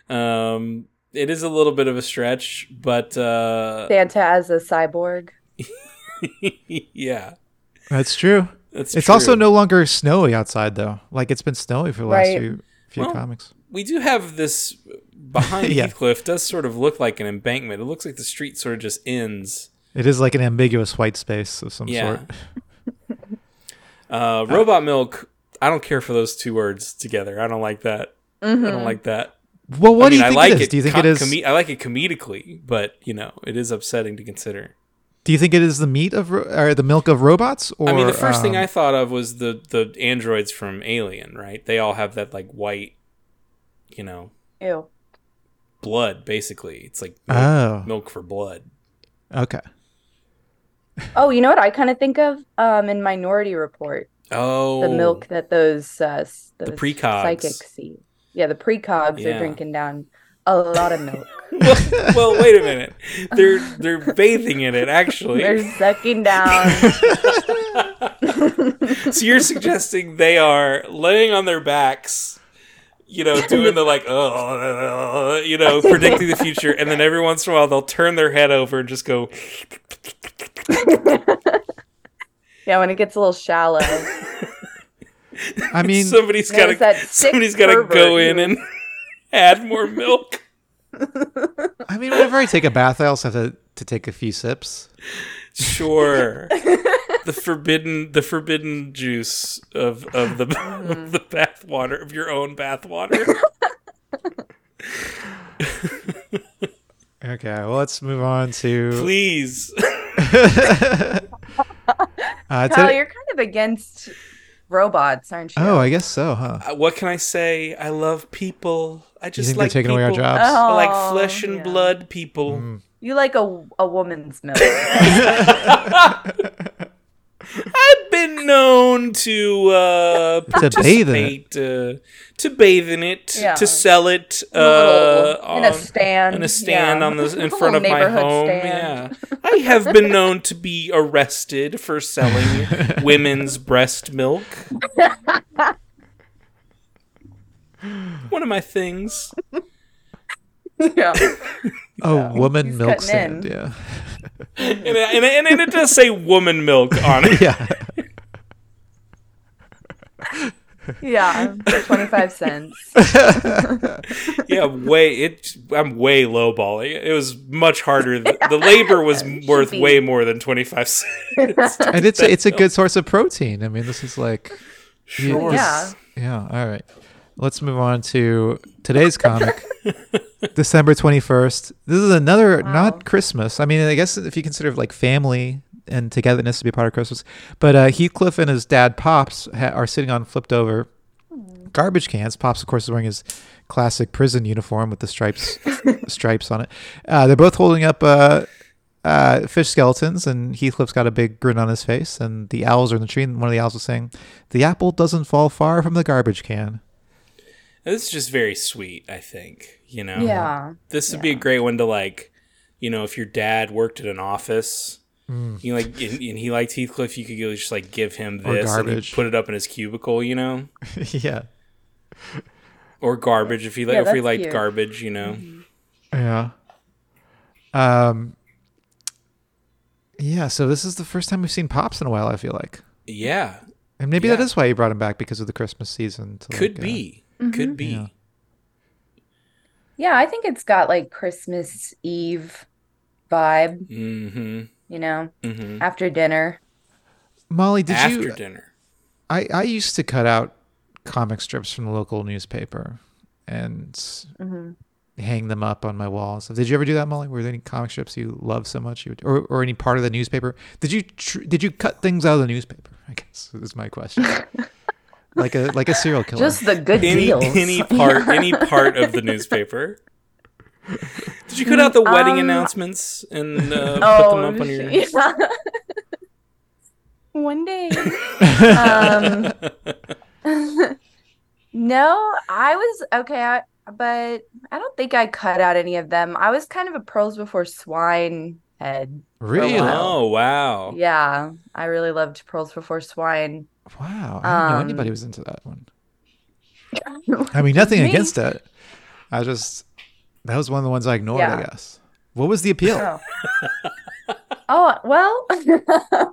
C: Um, it is a little bit of a stretch, but uh,
D: Santa as a cyborg.
C: yeah,
B: That's true.
C: that's
B: It's also
C: true.
B: no longer snowy outside though. Like it's been snowy for the last
D: Right.
B: few few
C: Well,
B: comics.
C: we do have this behind
B: Yeah.
C: Heathcliff does sort of look like an embankment. It looks like the street sort of just ends.
B: It is like an ambiguous white space of some
C: Yeah.
B: sort.
C: Uh, robot milk. I don't care for those two words together. I don't like that. I
D: Mm-hmm, Hmm.
C: don't like that.
B: Well, what
C: I mean,
B: do you
C: I
B: think
C: like
B: it is? Do you think
C: co-
B: it is?
C: come- I like it comedically, but you know, it is upsetting to consider.
B: do you think it is the meat of ro- or the milk of robots? Or
C: I mean, the first thing
B: um,
C: I thought of was the the androids from Alien, right? They all have that like white, you know,
D: Ew.
C: blood. Basically, it's like milk,
B: Oh,
C: milk for blood.
B: okay.
D: Oh, you know what I kind of think of um in Minority Report,
C: Oh,
D: the milk that those uh s- those
C: precogs.
D: psychics see. Yeah, the precogs
C: Yeah.
D: are drinking down a lot of milk.
C: well, well, wait a minute. They're they're bathing in it actually.
D: They're sucking down.
C: So you're suggesting they are laying on their backs, you know, doing the like, oh, you know, predicting the future, and then every once in a while they'll turn their head over and just go,
D: yeah, when it gets a little shallow.
B: I mean,
C: somebody's got
D: There's that
C: to,
D: sick
C: somebody's got to
D: pervert
C: go
D: who-
C: in and add more milk.
B: I mean, whenever I take a bath, I also have to, to take a few sips.
C: Sure, the forbidden, the forbidden juice of of the
D: Mm.
C: of the bath water of your own bath water.
B: Okay, well, let's move on to.
C: Please,
B: Uh,
D: Kyle,
B: today-
D: you're kind of against robots, aren't you?
B: oh, I guess so, huh?
C: Uh, what can I say? I love people. I
B: You
C: just
B: think
C: like
B: they're taking away our
C: people.
B: jobs?
D: Oh.
C: I like flesh and
D: yeah.
C: blood people.
B: Mm-hmm.
D: you like a a woman's milk.
C: I've been known to uh,
D: Oh.
B: To bathe in it.
C: participate, uh, to bathe in it,
D: Yeah.
C: to sell it uh,
D: A little- in a
C: on-
D: stand.
C: in a stand
D: yeah.
C: on the in
D: Little
C: front of my
D: neighborhood
C: home.
D: stand.
C: Yeah, I have been known to be arrested for selling women's breast milk. One of my things.
D: yeah.
B: Oh, woman
D: He's
B: milk
D: cutting
B: stand.
D: in.
B: Yeah.
C: and, it- and, it- and it does say woman milk on it.
B: Yeah.
D: Yeah. For 25 cents.
C: yeah, way it. I'm way lowballing. it. It was much harder. The, the labor was
D: It should
C: worth
D: be.
C: way more than twenty five cents.
B: and it's a, it's a good source of protein. I mean, this is like you-
C: Sure.
B: this-
D: Yeah.
C: Uh-huh.
B: yeah. All right. Let's move on to today's comic, December twenty first. This is another
D: Wow.
B: not Christmas. I mean, I guess if you consider like family and togetherness to be part of Christmas, but uh, Heathcliff and his dad Pops ha- are sitting on flipped over
D: Hmm.
B: garbage cans. Pops, of course, is wearing his classic prison uniform with the stripes stripes on it. Uh, they're both holding up uh, uh, fish skeletons, and Heathcliff's got a big grin on his face. And the owls are in the tree, and one of the owls was saying, "The apple doesn't fall far from the garbage can."
C: This is just very sweet. I think you know.
D: Yeah.
C: This would be a great one to like. You know, if your dad worked at an office, you like, and, and he liked Heathcliff, you could go just like give him
B: Mm. Or
C: this and he'd
B: garbage.
C: put it up in his cubicle. You know,
B: yeah,
C: or garbage if he like
D: Yeah,
C: if he
D: that's
C: liked
D: cute. Mm-hmm.
C: garbage. You know,
B: yeah, um, yeah. So this is the first time we've seen Pops in a while. I feel like,
C: yeah,
B: and maybe that
C: Yeah.
B: is why he brought him back because of the Christmas season. to,
C: could
B: like, uh,
C: be,
D: Mm-hmm.
C: could be.
B: Yeah.
D: Yeah. I think it's got like Christmas Eve vibe,
C: hmm
D: you know,
C: hmm
D: after dinner.
B: uh, Molly, did
C: After
B: you?
C: dinner.
B: I I used to cut out comic strips from the local newspaper, and
D: hmm
B: hang them up on my walls. Did you ever do that, Molly? Were there any comic strips you love so much, you would, or or any part of the newspaper? Did you tr- did you cut things out of the newspaper? I guess is my question. like a like a serial killer.
D: Just the good
C: any
D: deals.
C: any part any part of the newspaper. Did you cut out the wedding announcements and uh, put them up on your?
D: Um, oh, shit. One day. um, no, I was okay, I, but I don't think I cut out any of them. I was kind of a pearls before swine head.
B: really? Wow.
C: Oh wow!
D: Yeah, I really loved pearls before swine.
B: I didn't know
D: Um,
B: anybody was into that one. I mean, nothing
D: me.
B: against it. I just that was one of the ones I ignored. I
D: Yeah.
B: guess. What was the appeal?
D: Oh. Oh, well,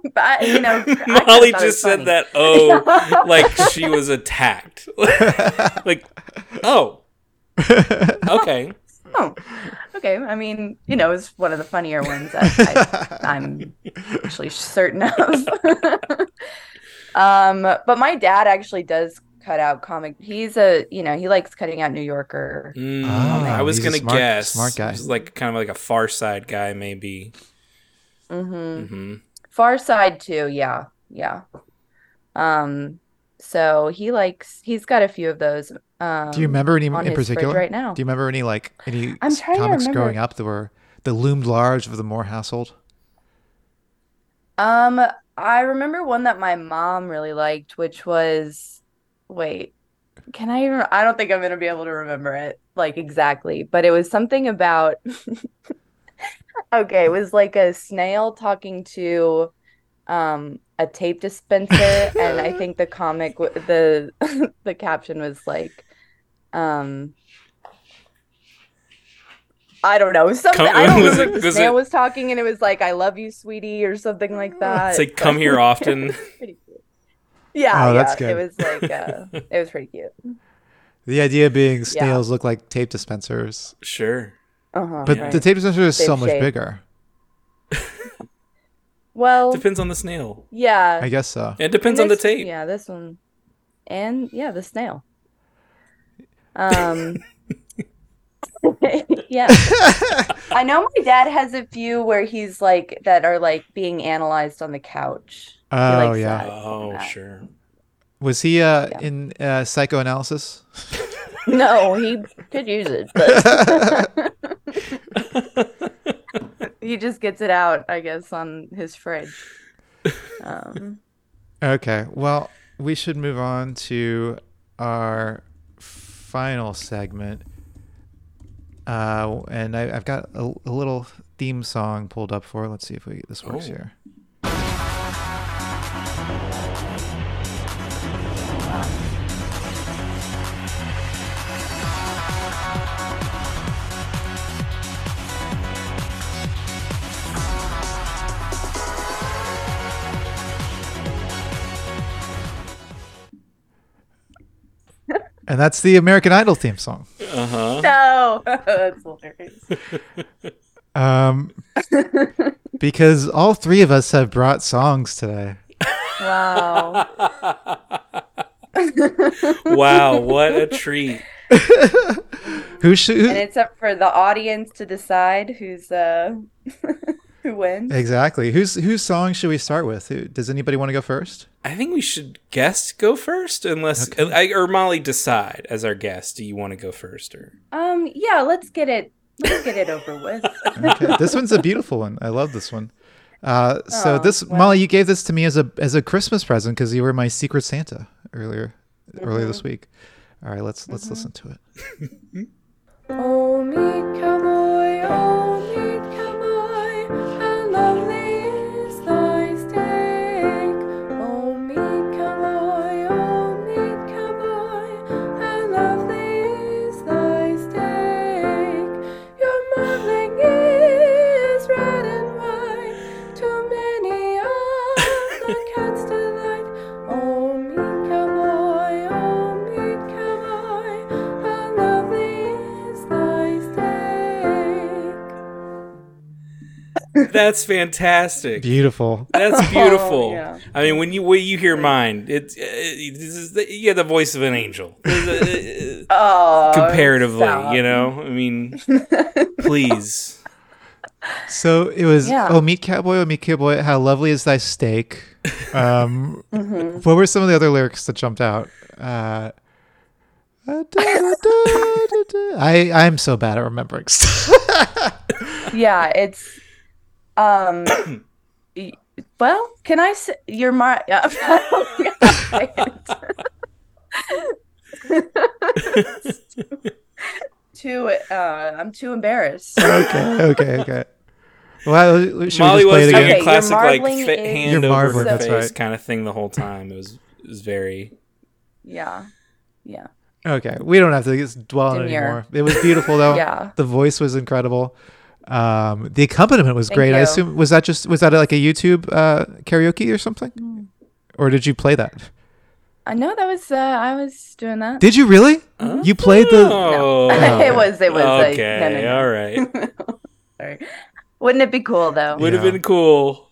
D: but, you know, I kinda
C: Molly
D: thought it was
C: just said
D: funny.
C: that. Oh, like she was attacked. like, oh, okay.
D: Oh, okay. I mean, you know, it's one of the funnier ones that I, I'm actually certain of. um, but my dad actually does cut out comic. He's a, you know, he likes cutting out New Yorker.
C: Mm,
B: Ah,
C: I was
B: he's a
C: gonna
B: smart-
C: guess
B: smart guy.
C: He's like kind of like a Far Side guy, maybe.
D: hmm
B: Mm-hmm.
C: hmm
D: Far Side too. Yeah, yeah. Um, so he likes. He's got a few of those. Um,
B: do you remember any
D: on
B: in
D: his fridge
B: particular?
D: right now?
B: Do you remember any like any
D: I'm
B: s-
D: trying to
B: comics
D: remember.
B: growing up that were that loomed large of the Moore household?
D: Um, I remember one that my mom really liked, which was, wait, can I even? I don't think I'm gonna be able to remember it like exactly, but it was something about. Okay, it was like a snail talking to um a tape dispenser, and I think the comic w- the the caption was like, um. I don't know. Something I don't
C: was it-
D: remember if the
C: was it-
D: snail was talking and it was like, I love you, sweetie, or something
B: Mm.
D: like that.
C: It's like come here often.
D: Pretty cute. Yeah,
B: Oh, that's
D: yeah. It
B: good.
D: was like uh, it was pretty cute.
B: The idea being snails look like tape dispensers.
C: Sure.
D: Uh-huh,
B: But
D: right.
B: the tape dispenser is so
D: Same
B: much
D: shape.
B: bigger.
D: well,
C: Depends on the snail.
D: yeah,
B: I guess so.
C: It depends on the
D: this-
C: tape.
D: Yeah, this one, and yeah, the snail. Um, yeah, I know my dad has a few where he's like that are like being analyzed on the couch.
B: Oh,
D: He likes
B: yeah.
D: that.
C: Oh, sure.
B: Was he uh,
D: Yeah.
B: in uh, psychoanalysis?
D: No, he could use it, but he just gets it out, I guess, on his fridge. Um,
B: Okay. Well, we should move on to our final segment. Uh, and I, I've got a, a little theme song pulled up for. it. Let's see if we this works
C: Oh.
B: here. and that's the American Idol theme song.
C: Uh huh.
D: No, that's hilarious.
B: Um, because all three of us have brought songs today.
D: Wow.
C: wow, what a treat.
B: Who should?
D: and it's up for the audience to decide who's uh who wins.
B: exactly. Whose whose song should we start with? Who, does anybody want to go first?
C: I think we should guest go first, unless I, or Molly decide as our guest. Do you want to go first or?
D: Um yeah, let's get it let's get it over with.
B: Okay. this one's a beautiful one. I love this one. Uh, so
D: Oh,
B: this
D: wow.
B: Molly, you gave this to me as a as a Christmas present because you were my secret Santa earlier earlier this week. All right, let's let's listen to it.
D: Oh, meat cowboy, oh, meat cowboy, how lovely is thy steak. Oh, meat cowboy, oh, meat cowboy, how lovely is thy steak. Your modeling is red and white, too many are the cat's delight. Oh, meat cowboy, oh, meat cowboy, how lovely is thy steak.
C: That's fantastic.
B: Beautiful.
C: That's beautiful.
D: Oh, yeah.
C: I mean, when you when you hear mine, it's uh, this is the, you have the voice of an angel. There's a- uh,
D: Oh,
C: comparatively,
D: stop.
C: you know. I mean, please.
B: So it was
D: Yeah.
B: oh meat cowboy, oh meat cowboy, how lovely is thy steak. Um,
D: Mm-hmm.
B: What were some of the other lyrics that jumped out? Uh, uh, da, da, da, da, da. I I'm so bad at remembering. stuff.
D: yeah it's um y- well can i say you're my too uh i'm too embarrassed
B: okay, okay, okay. Well, should we just
C: Molly
B: play
C: was
B: it
C: doing
B: again?
D: Okay,
C: a
D: your
C: classic like
D: marbling
C: fit
D: is-
B: Your
C: hand over
B: marbling, that's
C: face
B: right.
C: kind of thing the whole time. It was it was very
D: yeah yeah
B: Okay, we don't have to just dwell on it
D: Demure.
B: anymore. It was beautiful though.
D: Yeah.
B: the voice was incredible. Um, the accompaniment was
D: Thank
B: great. I
D: you.
B: assume was that just was that like a YouTube uh, karaoke or something, or did you play that?
D: i know that was uh i was doing that
B: Did you really? You played the
C: oh
D: it was it was uh,
C: okay.
D: no, no, no.
C: All right,
D: Sorry. wouldn't it be cool though
C: would have
B: Yeah.
C: been cool.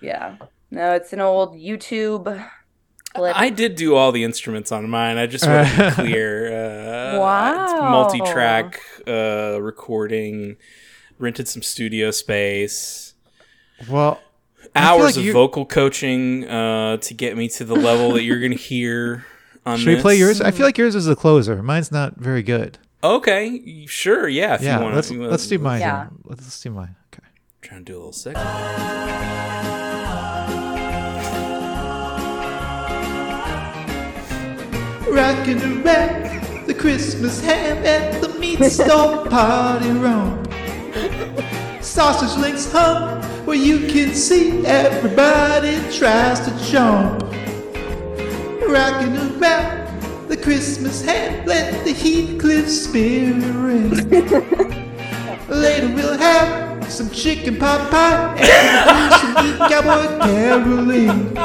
D: yeah no it's an old youtube clip
C: I did do all the instruments on mine. I just want to
B: Uh.
C: be clear. Uh,
D: Wow.
C: multi track uh, recording. Rented some studio space.
B: well. I feel
C: Hours
B: like
C: of
B: you-
C: vocal coaching uh, to get me to the level that you're going to hear on
B: Should we play
C: this.
B: yours? I feel like yours is the closer. Mine's not very good.
C: Okay, sure, yeah. If
B: Yeah,
C: you want
B: let's let's do mine.
D: Yeah.
B: then. Let's, let's do mine. Okay.
C: Trying to do a little section.
B: Rockin' the rack, the Christmas ham at the meat store party room. Sausage links hum where you can see everybody tries to jump. Rockin' the rack, the Christmas ham, let the Heathcliff spirit ring. Later we'll have some chicken pot pie and some meat cowboy caroling.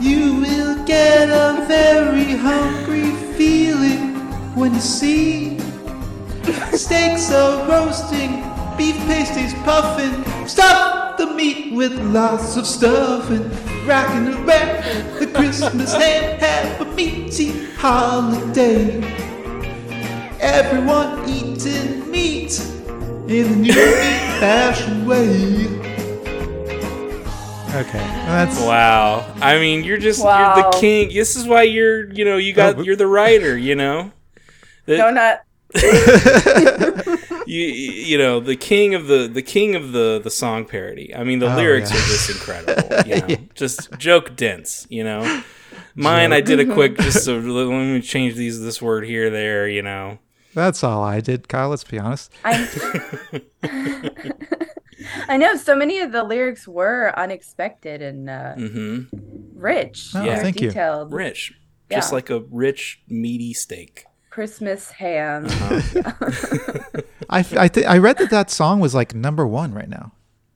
B: You will get a very hungry feeling when you see steaks are roasting, beef pasties puffing. Stuff the meat with lots of stuffing. Rocking the rack, the Christmas ham, have a meaty holiday. Everyone eating meat in the new meat fashion way. Okay, that's
C: Wow. I mean, you're just you're
D: Wow.
C: the king. This is why you're, you know, you got
B: but-
C: you're the writer, you know. The-
D: no not
C: you you know, the king of the the king of the the song parody. I mean, the
B: Oh,
C: lyrics
B: yeah.
C: are just incredible, you know. Just joke dense, you know. Mine I did a quick just so let me change these this word here there, you know.
B: That's all I did, Kyle. Let's be honest.
D: I, I know so many of the lyrics were unexpected and uh,
C: Mhm.
D: rich.
B: Oh,
D: They're
B: thank you.
D: detailed.
C: Rich.
D: Yeah.
C: Just like a rich meaty steak.
D: Christmas ham.
C: Uh-huh.
B: I I, th- I read that that song was like number one right now.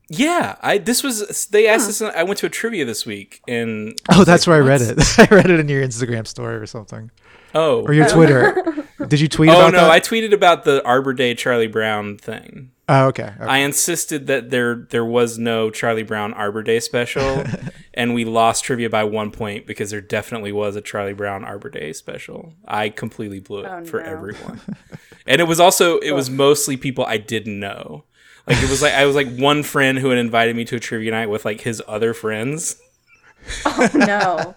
C: Yeah, I this was they asked us I went to a trivia this week and
B: Oh, that's where I read it. I read it in your Instagram story or something.
C: Oh,
B: or your Twitter. Did you tweet
C: oh
B: about
C: no,
B: that?
C: I tweeted about the Arbor Day Charlie Brown thing.
B: oh, okay. okay.
C: I insisted that there there was no Charlie Brown Arbor Day special, and we lost trivia by one point because there definitely was a Charlie Brown Arbor Day special. I completely blew it
D: Oh,
C: for
D: no.
C: everyone, and it was also it was mostly people I didn't know. Like it was like I was like one friend who had invited me to a trivia night with like his other friends,
D: no.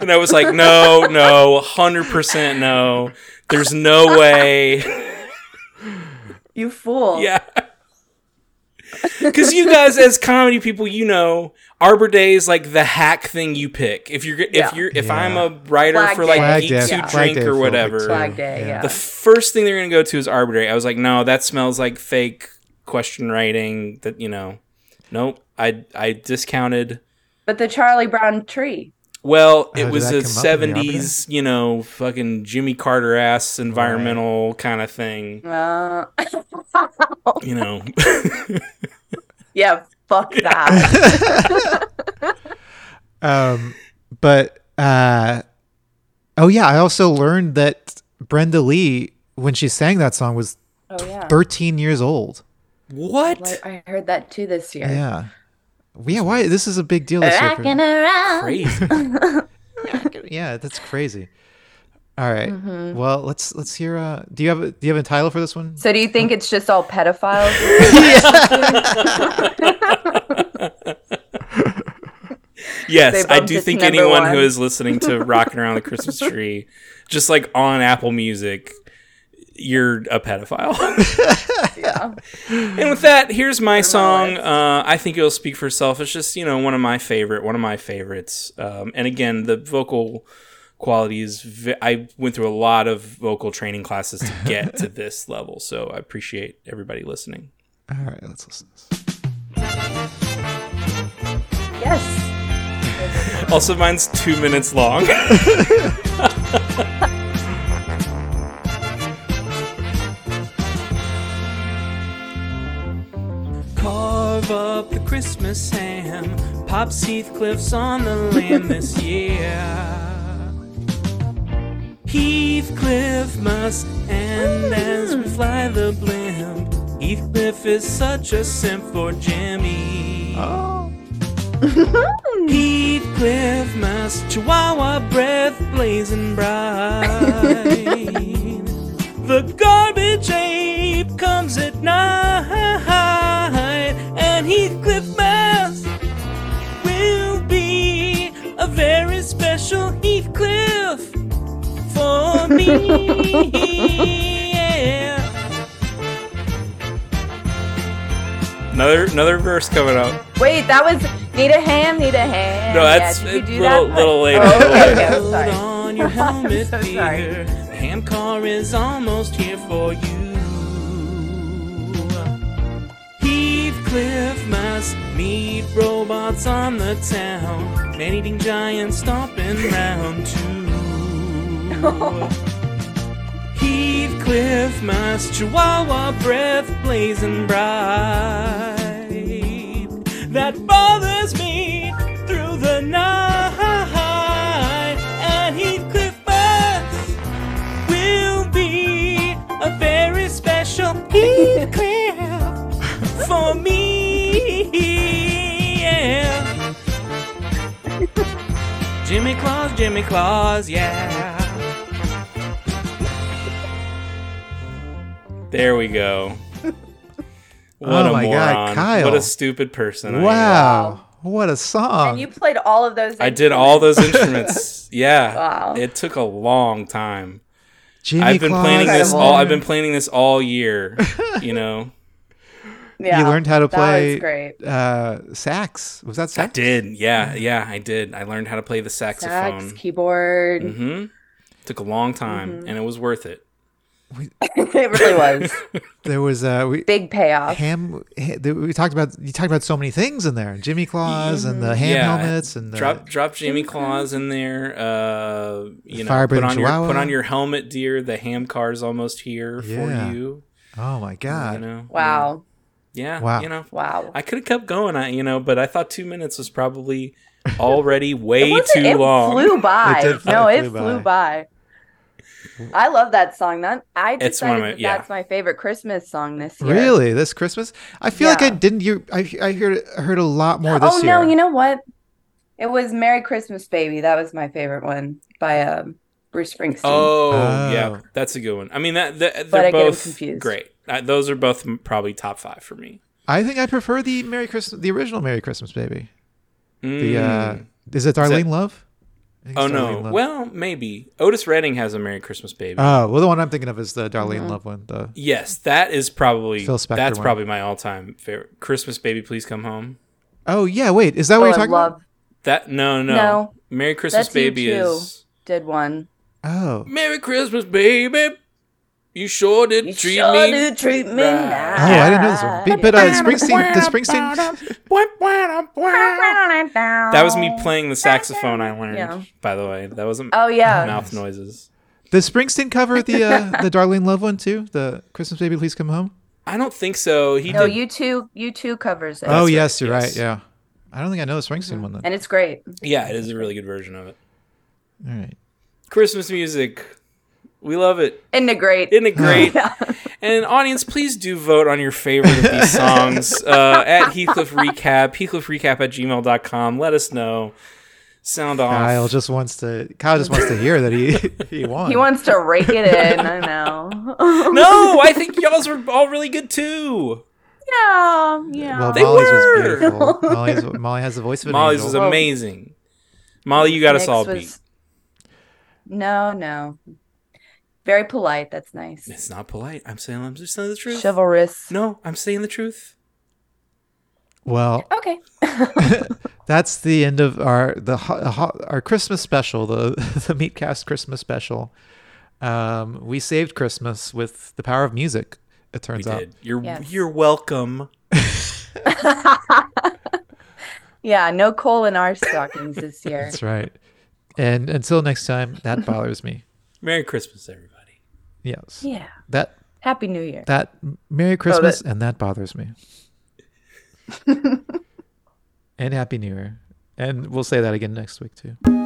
C: and I was like, no, no, hundred percent no. There's no way.
D: You fool.
C: Yeah. Because you guys, as comedy people, you know Arbor Day is like the hack thing you pick. If you're if
D: Yeah.
C: you're if
B: Yeah.
C: I'm a writer
D: Flag
C: for like
D: Day.
C: Geeks
D: Flag
C: Who
D: Day. Flag
C: Drink
B: Day
C: or
B: felt like
C: whatever,
B: too.
D: Flag day,
B: Yeah.
D: yeah.
C: the first thing they're gonna go to is Arbor Day. I was like, no, that smells like fake question writing. That you know, nope. I I discounted.
D: but the Charlie Brown tree.
C: Well,
B: Oh,
C: it
B: did
C: was
B: that
C: a
B: come up in the Arbor Day?
C: '70s, you know, fucking Jimmy Carter ass environmental kind of thing.
D: Uh,
C: You know,
D: yeah, fuck that.
B: um, but uh, oh yeah, I also learned that Brenda Lee, when she sang that song, was
D: oh yeah.
B: 13 years old.
C: what?
D: Like, I heard that too this year.
B: Yeah. Yeah, why? This is a big deal. This year for-
D: Rocking around.
C: Crazy.
B: yeah, that's crazy. All right. Well, let's let's hear. Uh, do you have a, do you have a title for this one?
D: Mm-hmm. So do you think it's just all pedophiles?
C: Yes,
D: They
C: I
D: bumped
C: do
D: it to
C: think
D: number
C: anyone
D: one.
C: who is listening to "Rocking Around the Christmas Tree," just like on Apple Music, you're a pedophile.
D: yeah.
C: and with that, here's my song. Uh, I think it'll speak for itself. It's just you know one of my favorite, one of my favorites. Um, and again, the vocal quality is. V- I went through a lot of vocal training classes to get to this level, so I appreciate everybody listening.
B: All right, let's listen. To this.
D: Yes.
C: Also, mine's two minutes long. Carve up the Christmas ham. Pops Heathcliff's on the lamb this year. Heathcliff must end as we fly the blimp. Heathcliff is such a simp for Jimmy. Heathcliff, mass Chihuahua breath blazing bright. the garbage ape comes at night, and Heathcliff, mass will be a very special Heathcliff for me. Another another verse coming up.
D: Wait, that was need a ham, need a ham.
C: No, that's
D: Oh, yeah,
C: a
D: did you do
C: little,
D: that?
C: little later.
D: Oh,
C: little
D: okay,
C: later.
D: okay, I'm sorry.
A: Hold on your helmet,
D: so
A: dear.
D: sorry.
A: The ham car is almost here for you. Heathcliff must meet robots on the town. Man-eating giants stomping round too. Heathcliff must chihuahua breath blazing bright. That bothers me through the night. And Heathcliff must will be a very special Heathcliff for me. Yeah. Jimmy Claus, Jimmy Claus, yeah.
C: There we go. What
B: Oh
C: a
B: my
C: moron.
B: God, Kyle.
C: What a stupid person. I am.
B: Wow, what a song!
D: You played all of those.
C: I, did all those instruments. Yeah.
D: Wow.
C: It took a long time.
B: Jimmy
C: I've been
B: Claus.
C: planning this
D: Incredible.
C: all I've been planning this all year, you know.
D: Yeah,
B: You learned how to
D: That
B: play-
D: was great.
B: Uh, sax was that
C: I
B: sax?
C: did. Yeah, yeah, I did. I learned how to play the
D: Sax, Mm-hmm.
C: saxophone.
D: keyboard.
C: Mm-hmm. Took a long time and it was worth it. Mm-hmm.
D: it really was
B: There was uh, we
D: big payoff.
B: ham. ha- there- We talked about you talked about so many things in there. Jimmy Claus and the ham
C: Yeah.
B: helmets and the
C: drop drop Jamie Claus in there. Uh, you know,
B: Firebrand
C: put on
B: Chihuahua.
C: your put on your helmet, dear. The ham car's almost here
B: Yeah.
C: for you.
B: oh my
C: You
B: god.
C: know,
D: Wow,
C: yeah,
B: Wow.
C: you know,
D: wow.
C: I could have kept going. I you know, but I thought two minutes was probably already way
D: It wasn't-
C: too
D: it
C: long.
D: flew by.
B: It did fly-
D: no,
B: it
D: it
B: flew
D: flew by. I love that song. That I decided
C: It's one of my-
D: that
C: yeah.
D: that's my favorite Christmas song this year.
B: Really, this Christmas? I feel like I
D: Yeah.
B: didn't. You, I, I heard I heard a lot more this
D: oh
B: year.
D: no, you know what? It was "Merry Christmas, Baby." That was my favorite one by um, Bruce Springsteen.
C: Oh,
B: Oh.
C: yeah, that's a good one. I mean that, that
D: But
C: they're
D: I get 'em
C: both
D: confused.
C: great. Uh, those are both m- probably top five for me.
B: I think I prefer the Merry Christmas, the original Merry Christmas Baby. The uh,
C: Mm.
B: is it Darlene Love? I think
C: oh
B: it's Darlene
C: no,
B: Love.
C: well maybe Otis Redding has a Merry Christmas Baby.
B: Oh, well, the one I'm thinking of is the Darlene
D: Mm-hmm.
B: Love one. The
C: yes, that is probably
B: Phil Spector
C: that's
B: one.
C: probably my all time favorite Christmas Baby. Please come home.
B: oh yeah, wait, is that
D: Oh,
B: what you're
D: I
B: talking
D: love
C: That no no,
D: No.
C: Merry Christmas
D: That's you
C: Baby
D: too.
C: is
D: did one.
B: about? Oh,
C: Merry Christmas Baby. You sure did
D: You
C: treat
D: sure
C: me.
D: do treat me
C: right.
B: oh, I didn't know this one. But, but, uh, Springsteen, the Springsteen.
C: that
D: That
C: was me playing the saxophone. I learned,
D: Yeah.
C: by the way. That wasn't
D: Oh yeah,
C: mouth noises.
B: The Springsteen cover the uh, the Darlene Love one too. The Christmas Baby, please come home.
C: I don't think so. He
D: no,
C: did.
D: you two, you two covers it,
B: oh
C: right,
B: yes, you're right.
C: yes.
B: Yeah, I don't think I know the Springsteen one then.
D: and it's great.
C: yeah, it is a really good version of it.
B: All right.
C: Christmas music. We love it.
D: Isn't it great?
C: Isn't it great?
D: Yeah.
C: And audience, please do vote on your favorite of these songs uh, at Heathcliff Recap, heathcliffrecap at gmail.com. Let us know. Sound off.
B: Kyle just wants to. Kyle just wants to hear that he he won.
D: He wants to rake it in. I know.
C: No, I think y'all's were all really good too.
D: yeah, yeah.
B: Well,
C: They
B: Molly's
C: were!
B: was beautiful. Molly's, Molly has the voice of an
C: Molly's
B: angel.
C: was amazing. Molly, you got us
D: Nick's
C: all
D: was-
C: beat.
D: No, no. Very polite. That's nice.
C: It's not polite. I'm saying I'm just saying the truth.
D: Chivalrous.
C: No, I'm saying the truth.
B: well,
D: Okay.
B: that's the end of our the ho- ho- our Christmas special, the the Meatcast Christmas special. Um, we saved Christmas with the power of music. It
C: We
B: turns out.
C: did. You're
D: Yes.
C: you're welcome.
D: Yeah, no coal in our stockings this year.
B: That's right. And until next time, that bothers me.
C: Merry Christmas, everybody.
B: Yes.
D: Yeah.
B: That
D: Happy New Year.
B: that Merry Christmas and that bothers me. and Happy New Year. And we'll say that again next week too.